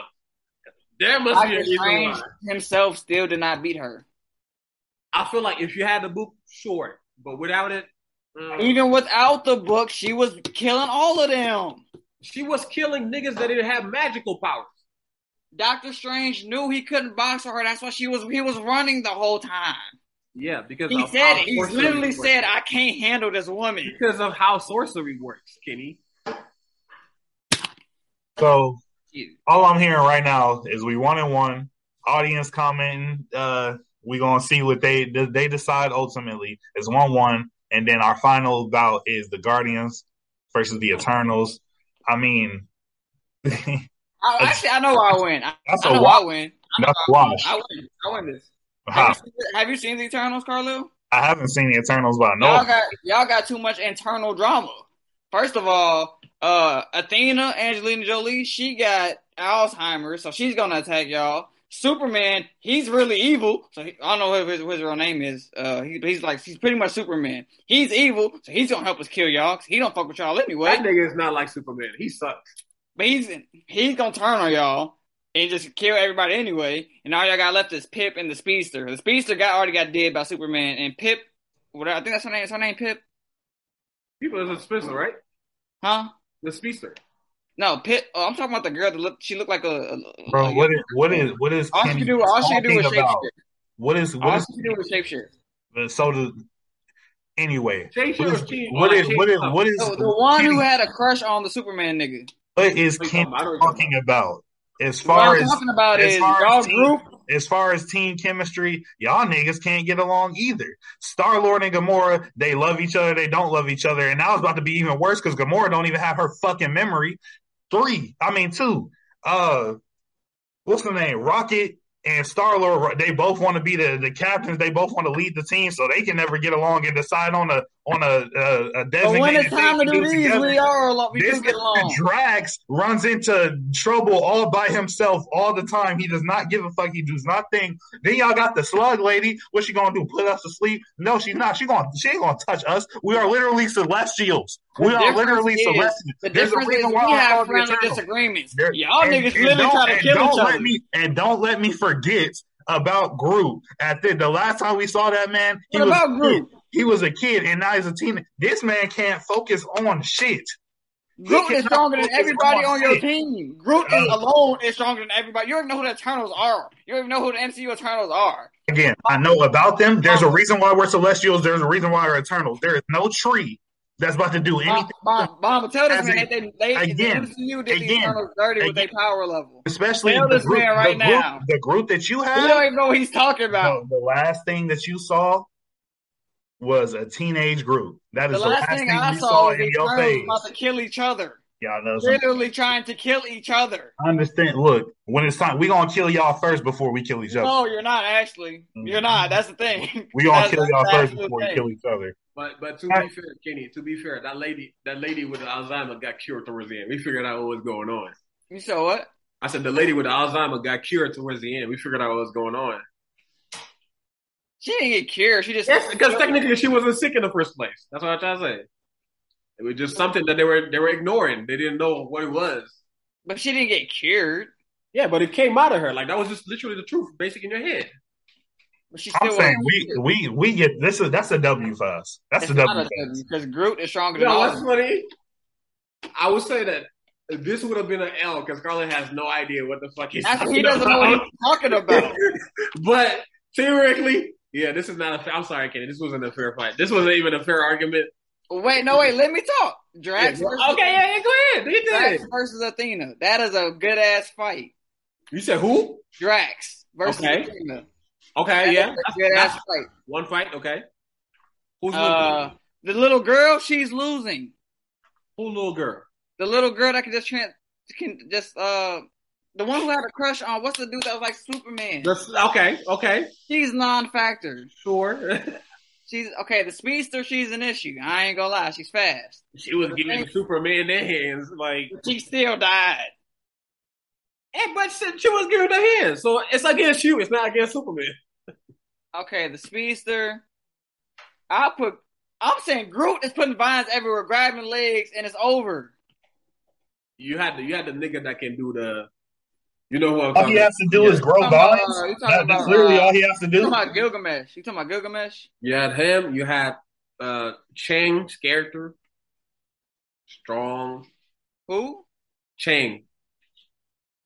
A: There must be a
B: Doctor
A: reason why.
B: Strange himself still did not beat her.
A: I feel like if you had the book, sure, but without it, mm,
B: Even without the book, she was killing all of them.
A: she was killing niggas that didn't have magical powers.
B: Doctor Strange knew he couldn't box her. That's why she was he was running the whole time.
A: Yeah, because
B: He
A: of
B: said
A: how
B: he
A: sorcery
B: literally
A: works.
B: said, "I can't handle this woman."
A: because of how sorcery works, Kenny.
D: So
B: Yeah.
D: all I'm hearing right now is we one and one audience commenting. Uh, we gonna see what they they decide ultimately. It's one one, and then our final bout is the Guardians versus the Eternals. I mean, that's
B: I, actually, I know why I win. I,
D: That's
B: I
D: a
B: know
D: wa-
B: I win.
D: a wash.
B: I win. I win this.
D: Ha.
B: Have, you, seen- have you seen the Eternals, Carlo?
D: I haven't seen the Eternals, but I know
B: Y'all got y'all got too much internal drama. First of all, uh, Athena, Angelina Jolie, she got Alzheimer's, so she's gonna attack y'all. Superman, he's really evil. So he, I don't know what his, what his real name is. Uh, he, he's like he's pretty much Superman. He's evil, so he's gonna help us kill y'all. 'cause he don't fuck with y'all anyway.
A: That nigga is not like Superman. He sucks.
B: But he's he's gonna turn on y'all and just kill everybody anyway. And all y'all got left is Pip and the Speedster. The Speedster got already got dead by Superman and Pip. What I think that's her name. Is her name Pip?
A: People is a Spencer, right?
B: Huh?
A: The speedster.
B: No, Pip. Oh, I'm talking about the girl that looked. She looked like a. a-
D: Bro,
B: a-
D: what is what is what is
B: all she
D: Kenny
B: could do? All she could do was
D: talking
B: shapeshift.
D: about? What is
B: All
D: what
B: she could do was shapeshift.
D: is so the anyway?
A: Chase
D: What
A: your
D: is
A: team.
D: what is what is what is
B: The, the one who had a crush on the Superman nigga.
D: what is
A: Wait,
D: Kenny
A: come on, I don't know.
D: talking about? As
B: What
D: far
B: I'm
D: as
B: talking about
D: as
B: is
D: far
B: y'all
D: as team-
B: group.
D: as far as team chemistry, y'all niggas can't get along either. Star Lord and Gamora, they love each other, they don't love each other, and now it's about to be even worse because Gamora don't even have her fucking memory. Three, I mean two. Uh, what's the name? Rocket and Star Lord. They both want to be the, the captains. They both want to lead the team, so they can never get along and decide on a on a a, a
B: But
D: designated.
B: when it's
D: thing
B: time to do these,
D: together.
B: we are alone. We
D: This
B: do get
D: nigga
B: along.
D: Drax runs into trouble all by himself all the time. He does not give a fuck. He does not think. Then y'all got the slug lady. What she gonna do? Put us to sleep? No, she's not. She gonna she ain't gonna touch us. We are literally celestials. We
B: The
D: are literally
B: difference is-
D: celestials.
B: The
D: There's a
B: difference is
D: reason
B: we
D: why I
B: have
D: called the
B: friendly
D: Eternals.
B: disagreements.
D: There-
B: Y'all
D: and-
B: niggas
D: and
B: really
D: don't-
B: trying to
D: and
B: kill
D: don't
B: each
D: let
B: other.
D: me- and don't let me forget about Groot. At the, the last time we saw that man, he
B: What
D: was
B: about Groot?
D: he was a kid, and now he's a teenager. This man can't focus on shit.
B: Groot is
D: cannot
B: stronger than
D: focus
B: everybody
D: on
B: on your
D: shit.
B: team. Groot
D: Uh,
B: is alone is stronger than everybody. You don't even know who the Eternals are. You don't even know who the MCU Eternals are.
D: Again, I know about them. There's a reason why we're Celestials. There's a reason why we're Eternals. There is no tree that's about to do anything.
B: Mom, mom, mom tell this
D: As
B: man
D: a-
B: that they, they
D: again,
B: the MCU did the
D: again,
B: Eternals dirty with their
D: again.
B: power level.
D: Especially
B: Tell
D: the
B: this
D: group,
B: man right
D: the, group
B: now.
D: the group that you
B: He
D: have.
B: don't even know what he's talking about.
D: The, the last thing that you saw was a teenage group. That
B: The
D: is the
B: last thing I
D: you
B: saw
D: saw
B: was the
D: in your
B: Eternals
D: face.
B: about to kill each other.
D: Y'all know some-
B: Literally trying to kill each other.
D: I understand. Look, when it's time, we gonna kill y'all first before we kill each other. Mm.
B: No, Oh, you're not actually. You're not. That's the thing.
D: We gonna
B: That's-
D: kill y'all
B: that's
D: first
B: the
D: before we
B: thing.
D: kill each other.
A: But but to be
D: Alright.
A: fair, Kenny, to be fair, that lady that lady with the Alzheimer got cured towards the end. We figured out what was going on.
B: You said what?
A: I said the lady with the Alzheimer got cured towards the end. We figured out what was going on.
B: She didn't get cured. She just
A: Yes, because technically she wasn't sick in the first place. That's what I'm trying to say. It was just something that they were they were ignoring. They didn't know what it was.
B: but she didn't get cured.
A: Yeah, but it came out of her. Like that was just literally the truth, basic in your head.
B: But she
D: I'm
B: still
D: saying
B: wasn't
D: we
B: Groot.
D: we we get this is that's a W for us. That's
B: It's
D: a
B: not
D: W.
B: a
D: for us.
B: W, because Groot is stronger
A: You
B: than
A: know
B: all of
A: what's
B: them.
A: funny? I would say that this would have been an L because Scarlett has no idea what the fuck he's
B: Actually, he
A: talking
B: doesn't know what
A: about.
B: he's talking about.
A: but theoretically, yeah, this is not a. I'm sorry, Kenny. This wasn't a fair fight. This wasn't even a fair argument.
B: Wait, no, wait, let me talk.
A: Okay,
B: Drax versus,
A: yeah, yeah, go ahead. They did.
B: Drax versus Athena. That is a good ass fight.
A: You said who?
B: Drax versus
A: Okay.
B: Athena.
A: Okay, yeah,
B: Good
A: that's-
B: ass fight.
A: one fight. Okay, who's
B: Uh, the little girl, she's losing.
A: little, who little girl?
B: The little girl that can just trans, can just uh, the one who had a crush on what's the dude that was like Superman.
A: That's- okay, okay,
B: She's non-factor.
A: sure.
B: She's okay. The speedster, she's an issue. I ain't gonna lie, she's fast.
A: she was giving Superman their hands, like,
B: She still died. Eh,
A: and, but she, she was giving their hands. So it's against you. It's not against Superman.
B: Okay, the speedster. I put. I'm saying Groot is putting vines everywhere, grabbing legs, and it's over.
A: You had the you had the nigga that can do the, you know who I'm
D: All
A: talking
D: he has to do
A: yeah.
D: is grow
B: Talking about,
D: vines.
B: uh, you talking
D: That- that's
B: about,
D: literally
B: uh,
D: all he has to
B: You
D: do.
B: talking about Gilgamesh? You talking about Gilgamesh?
A: You had him. You had uh Chang's character, strong
B: Who?
A: Chang,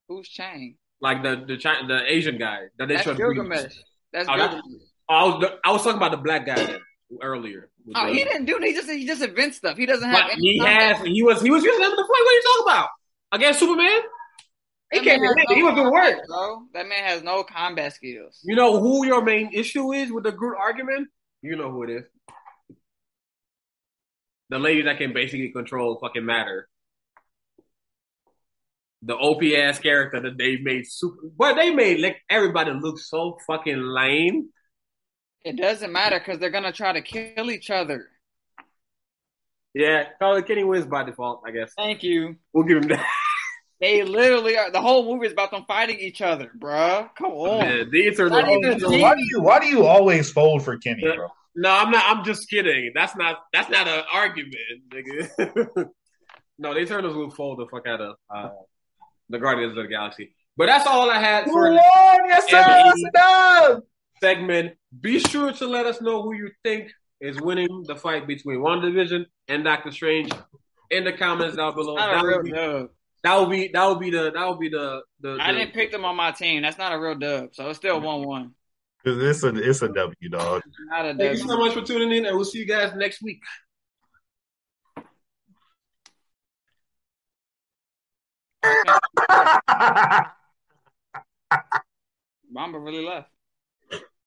B: Who's Chang?
A: like the the China, the Asian guy that they
B: That's
A: showed.
B: Gilgamesh. That's
A: Oh, that's-
B: Gilgamesh.
A: I was I was talking about the black guy then, earlier. with
B: Oh,
A: the-
B: he didn't do. He just he just invents stuff. He doesn't have.
A: But
B: any
A: he has.
B: context.
A: He was. He was using him in the fight. What are you talking about? Against Superman? He
B: That
A: can't.
B: man
A: defend
B: has
A: it. He was doing work.
B: bro. That man has no combat skills.
A: You know who your main issue is with the Groot argument? You know who it is. The lady that can basically control fucking matter. The OP ass character that they made super, but they made like everybody look so fucking lame.
B: It doesn't matter because they're gonna try to kill each other.
A: Yeah, Carla Kenny wins by default, I guess.
B: Thank you.
A: We'll give him that.
B: They literally are. The whole movie is about them fighting each other, bruh. Come on.
A: Yeah, these are
B: Not
A: the-
B: even
D: So why do you why do you always fold for Kenny, bro?
A: No, I'm not. I'm just kidding. That's not. That's not an argument, nigga. no, they turned us Luke Fold the fuck out of uh, the Guardians of the Galaxy. But that's all I had for this
D: Yes,
A: sir, that's
D: enough.
A: segment. Be sure to let us know who you think is winning the fight between WandaVision and Doctor Strange in the comments down below.
B: Not
A: That
B: a
A: would
B: real
A: be
B: dub.
A: that would be that would be the that would be the the.
B: I
A: the-
B: didn't pick them on my team. That's not a real dub. So it's still one one.
D: It's a it's a W, dog.
B: Not a
A: Thank you so
B: dub.
A: much for tuning in, and we'll see you guys next week.
B: Mamba really left.